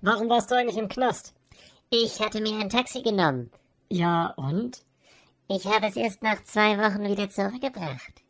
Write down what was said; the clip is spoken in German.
Warum warst du eigentlich im Knast? Ich hatte mir ein Taxi genommen. Ja, und? Ich habe es erst nach zwei Wochen wieder zurückgebracht.